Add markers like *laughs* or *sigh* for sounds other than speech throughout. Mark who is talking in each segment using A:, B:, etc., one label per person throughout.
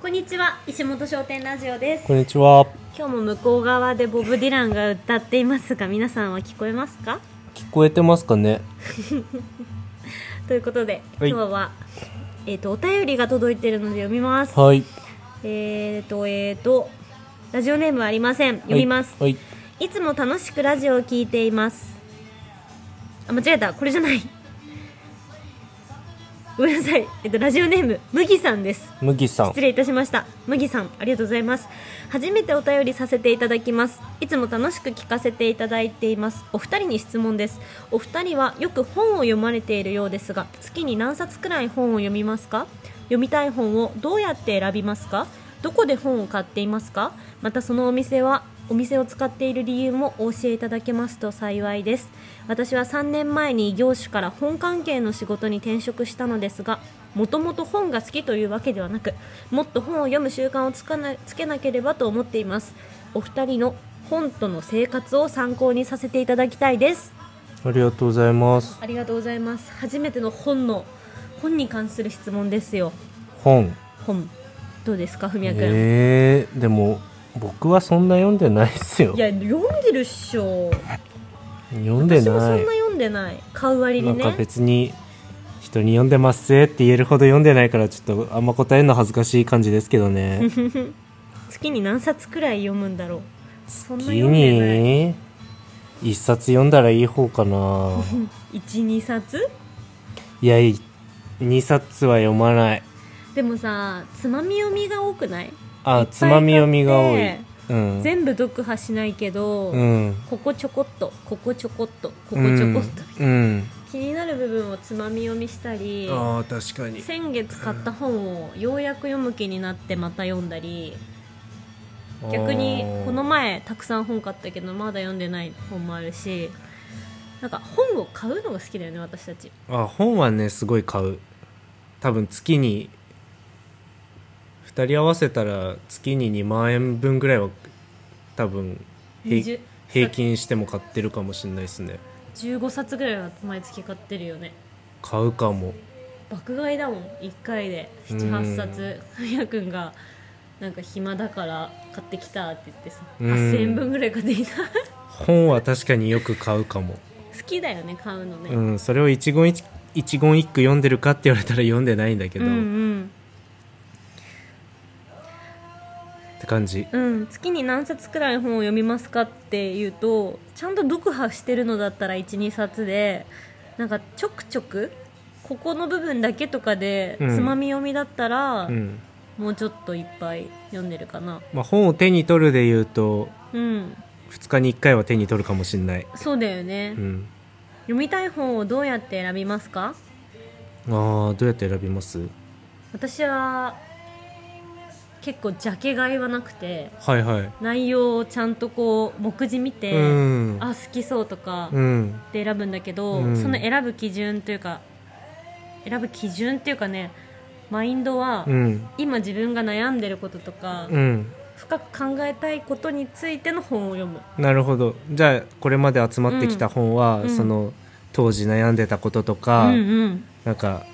A: こんにちは石本商店ラジオです
B: こんにちは。
A: 今日も向こう側でボブ・ディランが歌っていますが皆さんは聞こえますか
B: 聞こえてますかね。
A: ということで今
B: はい
A: 日は、えー、とお便りが届いているので読みます、
B: はい。
A: えーとえーとラジオネームはありません読みます、
B: はい。
A: いつも楽しくラジオを聞いていますあ間違えたこれじゃないごめんなさい、えっと、ラジオネーム麦さんです
B: 麦さん
A: 失。礼いたしました麦さんありがとうございます初めてお便りさせていただきますいつも楽しく聞かせていただいていますお二人に質問ですお二人はよく本を読まれているようですが月に何冊くらい本を読みますか読みたい本をどうやって選びますかどこで本を買っていますかまたそのお店はお店を使っている理由もお教えいただけますと幸いです私は3年前に異業種から本関係の仕事に転職したのですがもともと本が好きというわけではなくもっと本を読む習慣をつかなつけなければと思っていますお二人の本との生活を参考にさせていただきたいです
B: ありがとうございます。
A: ありがとうございます初めての本の本に関する質問ですよ
B: 本。
A: 本どうですか文也君、
B: ええー、でも僕はそんな読んでないっすよ
A: い。や読んでるっしょ
B: 読んで
A: 私もそ
B: なんい
A: な。読んでない買う割
B: な
A: に
B: ん
A: ね
B: か別に人に読んでますぜって言えるほど読んでないからちょっとあんま答えるの恥ずかしい感じですけどね。
A: *laughs* 月に何冊くらい読むんだろうそんな
B: 次
A: 読んでない
B: に一冊読んだらいい方かな。
A: 12冊
B: いやい二冊は読まない。
A: でもさつまみ読みが多くない、いっぱい買っ
B: あ、
A: て
B: つまみ読みが多い。うん。
A: 全部読破しないけど、
B: うん。
A: ここちょこっとここちょこっとここちょこっと、
B: うん、
A: 気になる部分をつまみ読みしたり
B: あ確かに
A: 先月買った本をようやく読む気になってまた読んだり逆にこの前たくさん本買ったけどまだ読んでない本もあるしなんか本を買うのが好きだよね私たち
B: あ本はねすごい買う多分月に2人合わせたら月に2万円分ぐらいは多分平
A: 20
B: 平均しても買ってるかもしれないですね
A: 15冊ぐらいは毎月買ってるよね
B: 買うかも
A: 爆買いだもん1回で
B: う
A: 78
B: ん
A: 冊文也君がなんか暇だから買ってきたって言ってさ
B: うん
A: 8000円分ぐらい買ってきた *laughs*
B: 本は確かによく買うかも、
A: 好きだよね買うのね、
B: うん、それを一言一一言一句読んでるかって言われたら *laughs* 読んでないんだけど、
A: うん
B: って感じ
A: うんうん月に何冊くらい本を読みますかっていうとちゃんと読破してるのだったら12冊でなんかちょくちょくここの部分だけとかで
B: うん
A: つまみ読みだったら、
B: うん
A: もうちょっといっぱい読んでるかな
B: まあ、本を手に取るで言うと
A: うん
B: 2日に1回は手に取るかもしれない、
A: そうだよね、
B: うん、
A: 読みたい本をどうやって選びますか
B: ああどうやって選びます
A: 私は結構ジャケ買いはなくて
B: はいはい
A: 内容をちゃんとこう目次見て、
B: うん
A: あ好きそうとか
B: うん
A: で選ぶんだけど、
B: うん
A: その選ぶ基準というか選ぶ基準っていうかねマインドは、
B: うん
A: 今自分が悩んでることとか、
B: うん
A: 深く考えたいことについての本を読む
B: なるほどじゃあこれまで集まってきた本は、
A: うん
B: その当時悩んでたこととか、
A: うんうん
B: なんか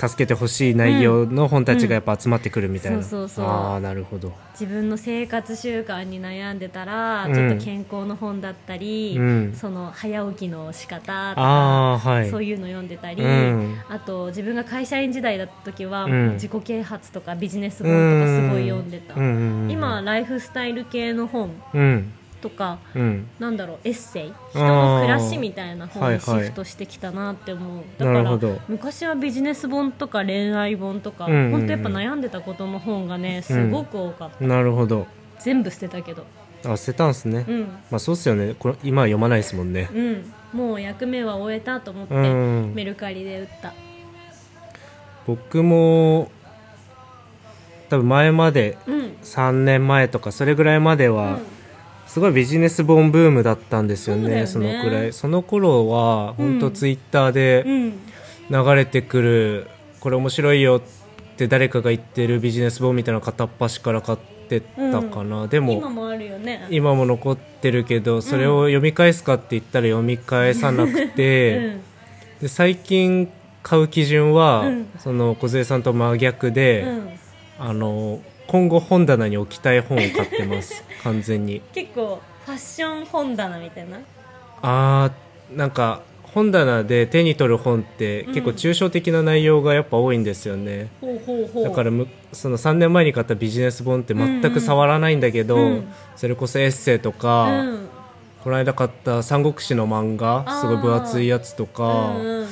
B: 助けてほしい内容の本たちがやっぱ集まってくるみたいな、
A: うんそうそうそう
B: ああなるほど
A: 自分の生活習慣に悩んでたら、
B: うん
A: ちょっと健康の本だったり、
B: うん
A: その早起きの仕方とか
B: ああはい
A: そういうの読んでたり、
B: うん
A: あと自分が会社員時代だった時は、
B: うん
A: 自己啓発とかビジネス本とかすごい読んでた、
B: うんうんうん、
A: 今はライフスタイル系の本
B: うん
A: とか
B: うん
A: なんだろうエッセイ人の暮らしみたいな
B: あ
A: 本
B: ー
A: にシフトしてきたなって思う、だ
B: な
A: か
B: るほ
A: ら
B: ど
A: 昔はビジネス本とか恋愛本とか、
B: うんうんうん
A: 本当やっぱ悩んでたことの本がねすごく多かった、
B: なるほど
A: 全部捨てたけど
B: あ捨てたんすね、
A: うん
B: まあそうっすよねこれ今は読まないですもんね
A: うん、もう役目は終えたと思って、
B: うん
A: メルカリで売った
B: 僕も多分前まで
A: うん
B: 3年前とかそれぐらいまでは、すごいビジネス本ブームだったんですよね
A: そ
B: そう
A: だよね
B: のくらいその頃は本当ツイッター
A: う
B: で
A: ん
B: 流れてくる、これ面白いよって誰かが言ってるビジネス本みたいなの片っ端から買ってたかな、で
A: 今
B: も
A: もあるよね
B: 今も残ってるけどそれを読み返すかって言ったら読み返さなく
A: *laughs*
B: て、
A: うん
B: で最近買う基準は、
A: うん
B: その小杉さんと真逆で、
A: うん
B: あの今後本棚に置きたい本を買ってます
A: *laughs*
B: 完全に
A: 結構ファッション本棚みたいな
B: あーなんか本棚で手に取る本って結構抽象的な内容がやっぱ多いんですよね、
A: ほうほうほう
B: だからむその3年前に買ったビジネス本って全く触らないんだけど、
A: うんうん
B: それこそエッセイとか、
A: うん
B: この間買った三国志の漫
A: あー
B: 画すごい分厚いやつとか、
A: うんうん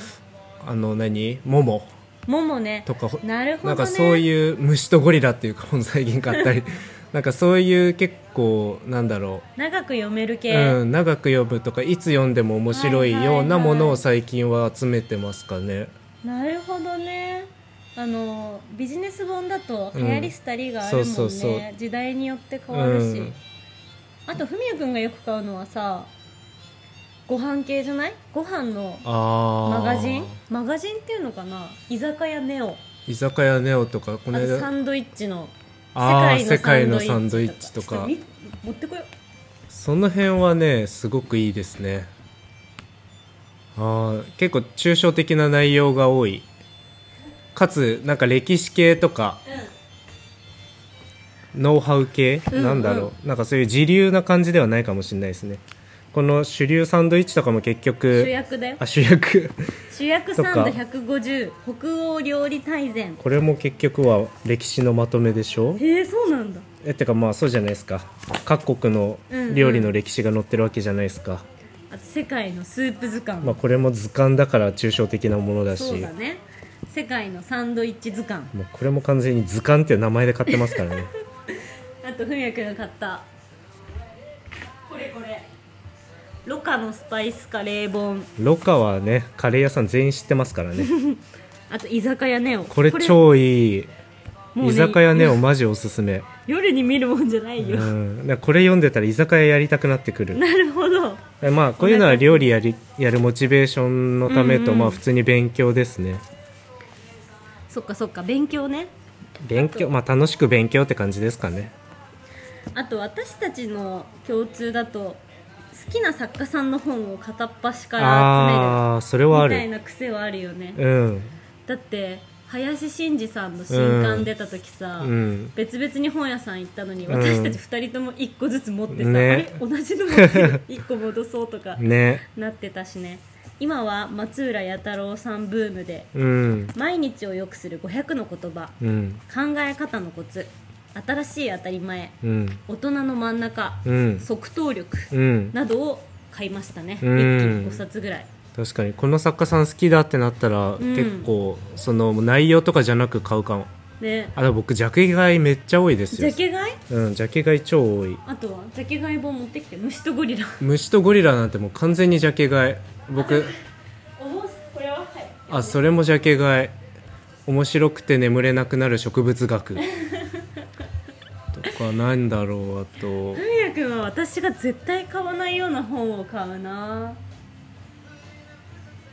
B: あの何モモ
A: ももね
B: とかほ
A: なるほどね
B: んかそういう虫とゴリラっていうか本最近
A: *laughs*
B: 買ったりなんかそういう結構なんだろ
A: 長く読める
B: う、
A: 系、
B: うん、長く読むとかいつ読んでも面白いようなものを最近は集めてますかね、
A: なるほどねあのビジネス本だと流行りしたりがあるもんね、
B: うんそうそうそう
A: 時代によって変わるし、
B: うん
A: あとふみやくんがよく買うのはさご飯系じゃないご飯の
B: ああ
A: マガジンマガジンっていうのかな居酒屋ネオ
B: 居酒屋ネオとかこ
A: あ
B: の
A: とサ
B: 間
A: ンドイッチの
B: あ
A: 世界
B: ー
A: の
B: 世界の
A: サ
B: サ
A: ン
B: ン
A: ド
B: ド
A: イ
B: イ
A: ッ
B: ッ
A: チ
B: チ
A: と
B: と
A: か
B: か
A: ちょっとみ持ってこよう
B: その辺はねすごくいいですねあー結構抽象的な内容が多いかつなんか歴史系とか、ノウハウ系、
A: うんうん
B: なんだろうなんかそういう自流な感じではないかもしれないですねこの主流サンドイッチとかも結局
A: 主役だよ
B: あ主役 *laughs*
A: 主役サンド
B: とか
A: 150北欧料理大全
B: これも結局は歴史のまとめでしょ
A: へえそうなんだ
B: えてかまあそうじゃないですか各国の料理の歴史が載ってるわけじゃないですか、
A: あと世界のスープ図鑑、
B: まあ、これも図鑑だから抽象的なものだし
A: そうだね世界のサンドイッチ図鑑
B: もうこれも完全に図鑑っていう名前で買ってます
A: *laughs*
B: からね
A: あとふみやくんが買ったこれこれロカのスパイスカレー本
B: ロカはねカレー屋さん全員知ってますから
A: *laughs*
B: ね
A: あと居酒屋ネオ
B: これ超いい、
A: もうね
B: 居酒屋ねをマジおすすめ、
A: 夜に見るもんじゃないうよ、
B: ん、だからこれ読んでたら居酒屋やりたくなってくる
A: なるほど
B: まあこういうのは料理やりやるモチベーションのためと、まあ普通に勉強ですね
A: そっかそっか勉強ね
B: 勉強まあ楽しく勉強って感じですかね
A: あと私たちの共通だと好きな作家さんの本を片っ端から
B: ああーそれは
A: 集
B: あ
A: めるみたい
B: る
A: な癖はあるよね
B: うん
A: だって林真二さんの新刊出た時さ、
B: うん
A: 別々に本屋さん行ったのに
B: うん
A: 私たち2人とも1個ずつ持ってさ、
B: ね
A: あれ同じの持ってる
B: *laughs*
A: 1個戻そうとか
B: ね
A: なってたしね今は松浦弥太郎さんブームで
B: うん
A: 毎日を良くする500の言葉
B: うん
A: 考え方のコツ新しい当たり前
B: うん
A: 大人の真ん中、
B: うん
A: 即答力
B: うん
A: などを買いましたね、
B: うん
A: 一気に5冊ぐらい
B: 確かにこの作家さん好きだってなったら、
A: ん
B: 結構その内容とかじゃなく買うかも
A: で
B: あでも僕ジャケ買いめっちゃ多いです
A: ジ
B: よ
A: ャケ買い
B: うん、ジャケ買い超多い
A: あとはジャケ買い本持ってきて虫とゴリラ
B: 虫とゴリラなんてもう完全にジャケ買い僕
A: これははい
B: あそれもジャケ買い面白くて眠れなくなる植物
A: *laughs*
B: 学とかなんだろうあと
A: 文也君は私が絶対買わないような本を買うな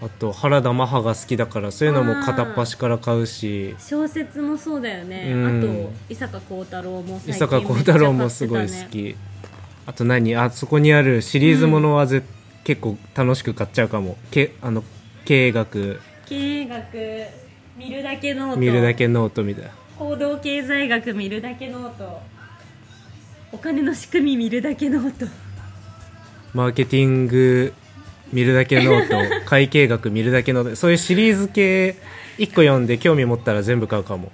B: あと原田マハが好きだからそういうのも片っ端から買うし
A: 小説もそうだよね、
B: うん
A: あと伊坂幸太郎も最
B: 伊
A: 近
B: 坂幸太郎もすごい好きあと何あそこにあるシリーズものはぜ、結構楽しく買っちゃうかもけあの経営学
A: 経営学見るだけノート
B: 見るだけノートみたいな
A: 行動経済学見るだけノートお金の仕組み見るだけノート *laughs*
B: マーケティング見るだけノ *laughs* ート会計学見るだけノートそういうシリーズ系1個読んで興味持ったら全部買うかも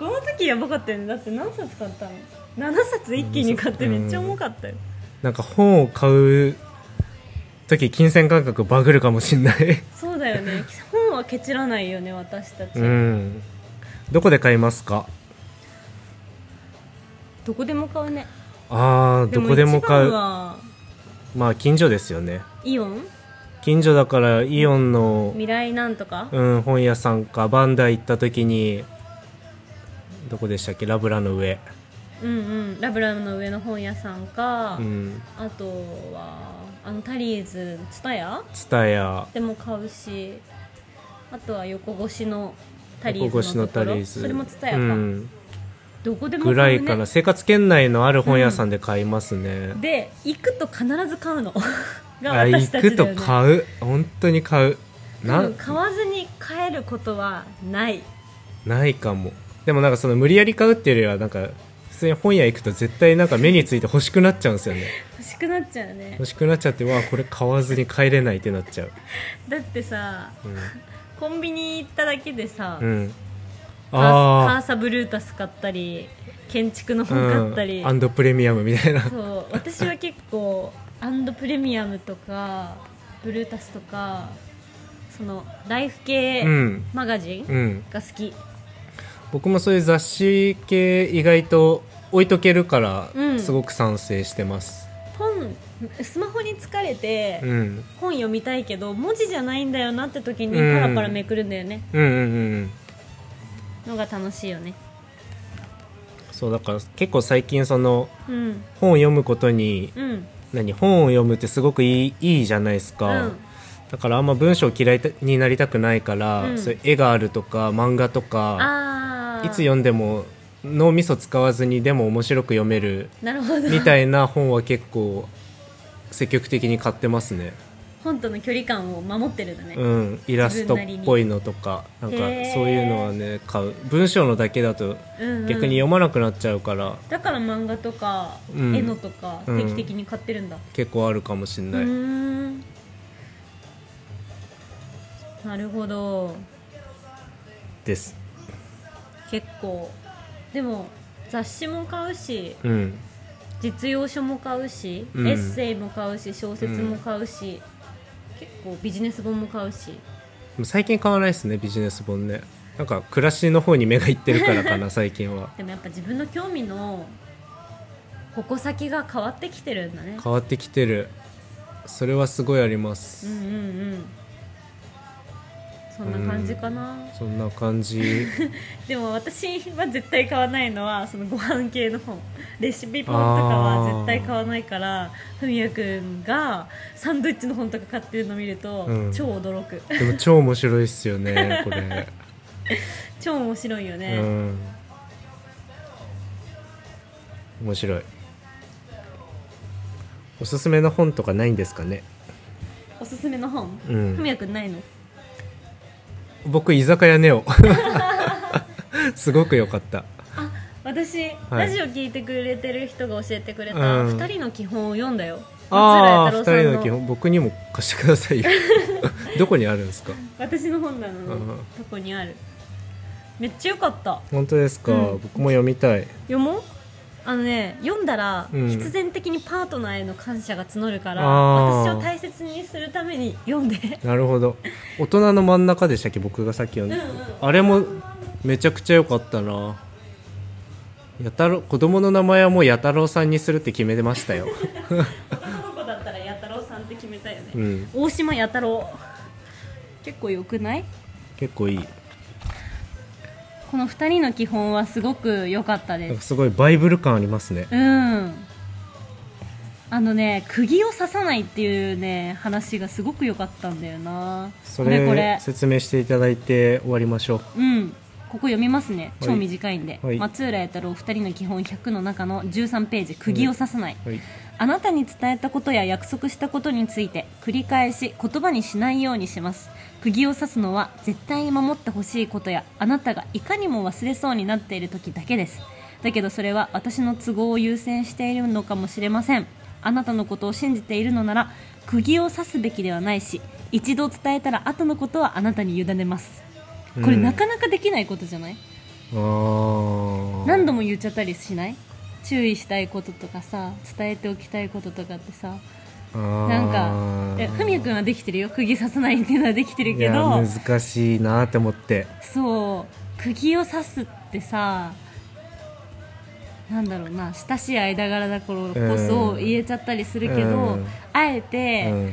A: この時やばかったよねだって何冊買ったの7冊一気に買ってめっちゃ重かったよ、
B: なんか本を買う時金銭感覚バグるかもしんない
A: そうだよね本はケチらないよね私たち、
B: *laughs* うんどこで買いますか
A: どこでも買うね
B: ああどこでも買
A: 一番
B: う
A: は
B: まあ近所ですよね
A: イオン
B: 近所だからイオンの、
A: 未来なんとか、
B: うん、本屋さんかバンダイ行った時にどこでしたっけラブラの上、
A: うん、うんラブラムの上の本屋さんか、
B: うん、
A: あとはあのタリーズツタヤ
B: ツタヤ
A: でも買うしあとは横越しのタリ
B: 横
A: ー
B: 越
A: ズ
B: しの
A: のとこ
B: タリ
A: ろ
B: ーズ
A: それもツタヤか、
B: うん、
A: どこでも買
B: ぐ
A: う、ね、
B: らいかな生活圏内のある本屋さんで買いますね、
A: で行くと必ず買うのが
B: あ
A: 私
B: 行
A: たち
B: く
A: だよ
B: と
A: ね
B: 買う本当に買う
A: 多
B: な
A: 分買わずに帰ることはない
B: ないかもでもなんかその無理やり買うっていうよりはなんか通に本屋行くと絶対なんか目について欲しくなっちゃうんですよね
A: 欲しくなっちゃうね
B: 欲しくなっちゃってわあこれ買わずに帰れないってなっちゃう
A: だってさ
B: うん、
A: コンビニ行っただけでさ、
B: うん、
A: カーカー
B: あ
A: サブルータス買ったり建築の
B: あ、う
A: 本買
B: ん
A: ったり、
B: アンドプレミアムみたいな
A: そう私は結構アンドプレミアムとかブルータスとかそのライフ系
B: うん
A: マガジン
B: うん
A: が好き、
B: 僕もそういう雑誌系意外と置いとけるから
A: うん
B: すごく賛成してます、
A: 本スマホに疲れて、
B: うん、うん
A: 本読みたいけど文字じゃないんだよなって時に
B: うん
A: パラパラめくるんだよね、
B: うんうんうん
A: のが楽しいよね
B: そうだから結構最近その
A: うん
B: 本を読むことに
A: うん
B: 何本を読むってすごくいいいいじゃないですか、
A: うん
B: だからあんま文章嫌いになりたくないから、
A: うん
B: そういう絵があるとか漫画とか
A: ああ
B: いつ読んでも脳みそ使わずにでも面白く読める
A: なるほ *laughs* ど
B: みたいな本は結構積極的に買ってます
A: *laughs*
B: ね。
A: 本との距離感を守ってるんだね、
B: うん、イラストっぽいのとかなんか
A: へー
B: そういうのはね買う文章のだけだと
A: うんうん
B: 逆に読まなくなっちゃうから、
A: だから漫画とか、
B: うん
A: 絵のとか
B: うん
A: 定期的に買ってるんだ、
B: 結構あるかもしれ
A: う
B: ない、
A: ーんなるほど
B: です。
A: 結構でも雑誌も買うし
B: うん、
A: 実用書も買うし、
B: うん
A: エッセイも買うし小説も買うし、結構ビジネス本も買うし
B: 最近買わないですねビジネス本ねなんか暮らしの方に目がいってるからか
A: *laughs*
B: な最近は
A: でもやっぱ自分の興味の矛先が変わってきてるんだね
B: 変わってきてるそれはすごいありま
A: う
B: す、
A: んうんうんそんな感じかな、
B: そんな感じ
A: でも私は絶対買わないのはそのご飯系の本レシピ本とかは絶対買わないからふみやくんがサンドイッチの本とか買ってるの見ると、
B: うん
A: 超驚く *laughs*
B: でも超面白いっすよねこれ、
A: 超面白いよね、
B: うん面白いおすすめの本とかないんですかね
A: おすすめの本
B: う
A: ふみ
B: ん
A: やくんないの
B: 僕居酒屋ネオ *laughs* すごく良かった
A: あ私、
B: はい
A: ラジオ聞いてくれてる人が教えてくれた
B: うん
A: 2人の基本を読んだよ
B: ああ
A: 松浦弥
B: 2人
A: 太郎
B: の基
A: さんの
B: 本僕にも貸してくださいよ *laughs* どこにあるんですか
A: 私の本棚の
B: うん
A: とこにあるめっちゃよかった
B: 本当ですか、
A: うん
B: 僕も読みたい
A: 読もうあのね読んだら
B: うん
A: 必然的にパートナーへの感謝が募るから、
B: あー
A: 私を大切にするために読んで
B: なるほど大人の真ん中でしたっけ僕がさっき読んだ、あれもめちゃくちゃ良かったなやたろ子供の名前はもうやたろうさんにするって決めてましたよ
A: 男の子だったらやたろうさんって決めたよね、
B: うん
A: 大島やたろう結構よくない
B: 結構いい
A: この2人の基本はすごく良かった
B: なん
A: で
B: か
A: す
B: すごいバイブル感ありますね
A: うんあのね釘を刺さないっていうね話がすごく良かったんだよな
B: そ
A: これこ
B: れ
A: れ
B: 説明していただいて終わりましょう
A: うん、ここ読みますね、
B: はい
A: 超短いんで、
B: はい
A: 松浦弥太郎2人の基本100の中の13ページ、釘を刺さない、
B: はい
A: あなたに伝えたことや約束したことについて、繰り返し言葉にしないようにします、釘を刺すのは絶対に守ってほしいことや、あなたがいかにも忘れそうになっている時だけです、だけどそれは私の都合を優先しているのかもしれません、あなたのことを信じているのなら、釘を刺すべきではないし、一度伝えたら後のことはあなたに委ねます。これ
B: うん
A: なかなかできないことじゃない、
B: あー
A: 何度も言っちゃったりしない注意したいこととかさ伝えておきたいこととかってさ
B: あー
A: なんかえふみやくんはできてるよ釘刺さないっていうのはできてる
B: い
A: け
B: や
A: ど
B: 難しいなって思って
A: そう釘を刺すってさなんだろうな親しい間柄だからこそ
B: うん
A: 言えちゃったりするけど、
B: うん
A: あえ
B: う
A: て
B: ん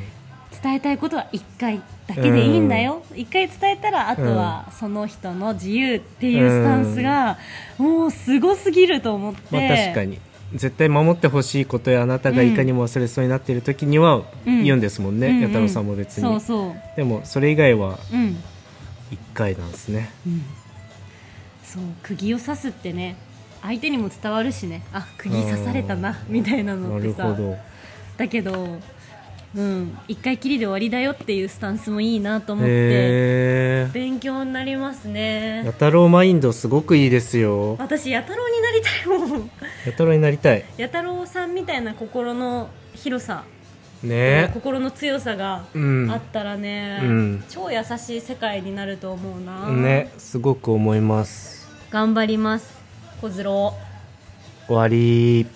A: 伝えたいことは1回だけでいいんだよ、一1回伝えたらあとはその人の自由っていうスタンスがもうすごすぎると思って、
B: まあ確かに絶対守ってほしいことやあなたがいかにも忘れそうになっている時には
A: うん
B: 言うんですもんね、
A: うんうん
B: 弥太郎さんも別に
A: そうそう
B: でもそれ以外は
A: うん、
B: 1回なんですね
A: うん、そう釘を刺すってね相手にも伝わるしねあ釘刺されたなみたいなの
B: な
A: って
B: る
A: さ
B: ほど
A: だけどうん、1回きりで終わりだよっていうスタンスもいいなと思って
B: へえ
A: 勉強になりますね
B: 弥太郎マインドすごくいいですよ
A: 私弥太郎になりたいもん *laughs*
B: 弥太郎になりたい
A: 弥太郎さんみたいな心の広さ、
B: ね
A: 心の強さが
B: うん
A: あったらね、
B: うん
A: 超優しい世界になると思うな、
B: ねすごく思います
A: 頑張ります小次郎
B: 終わり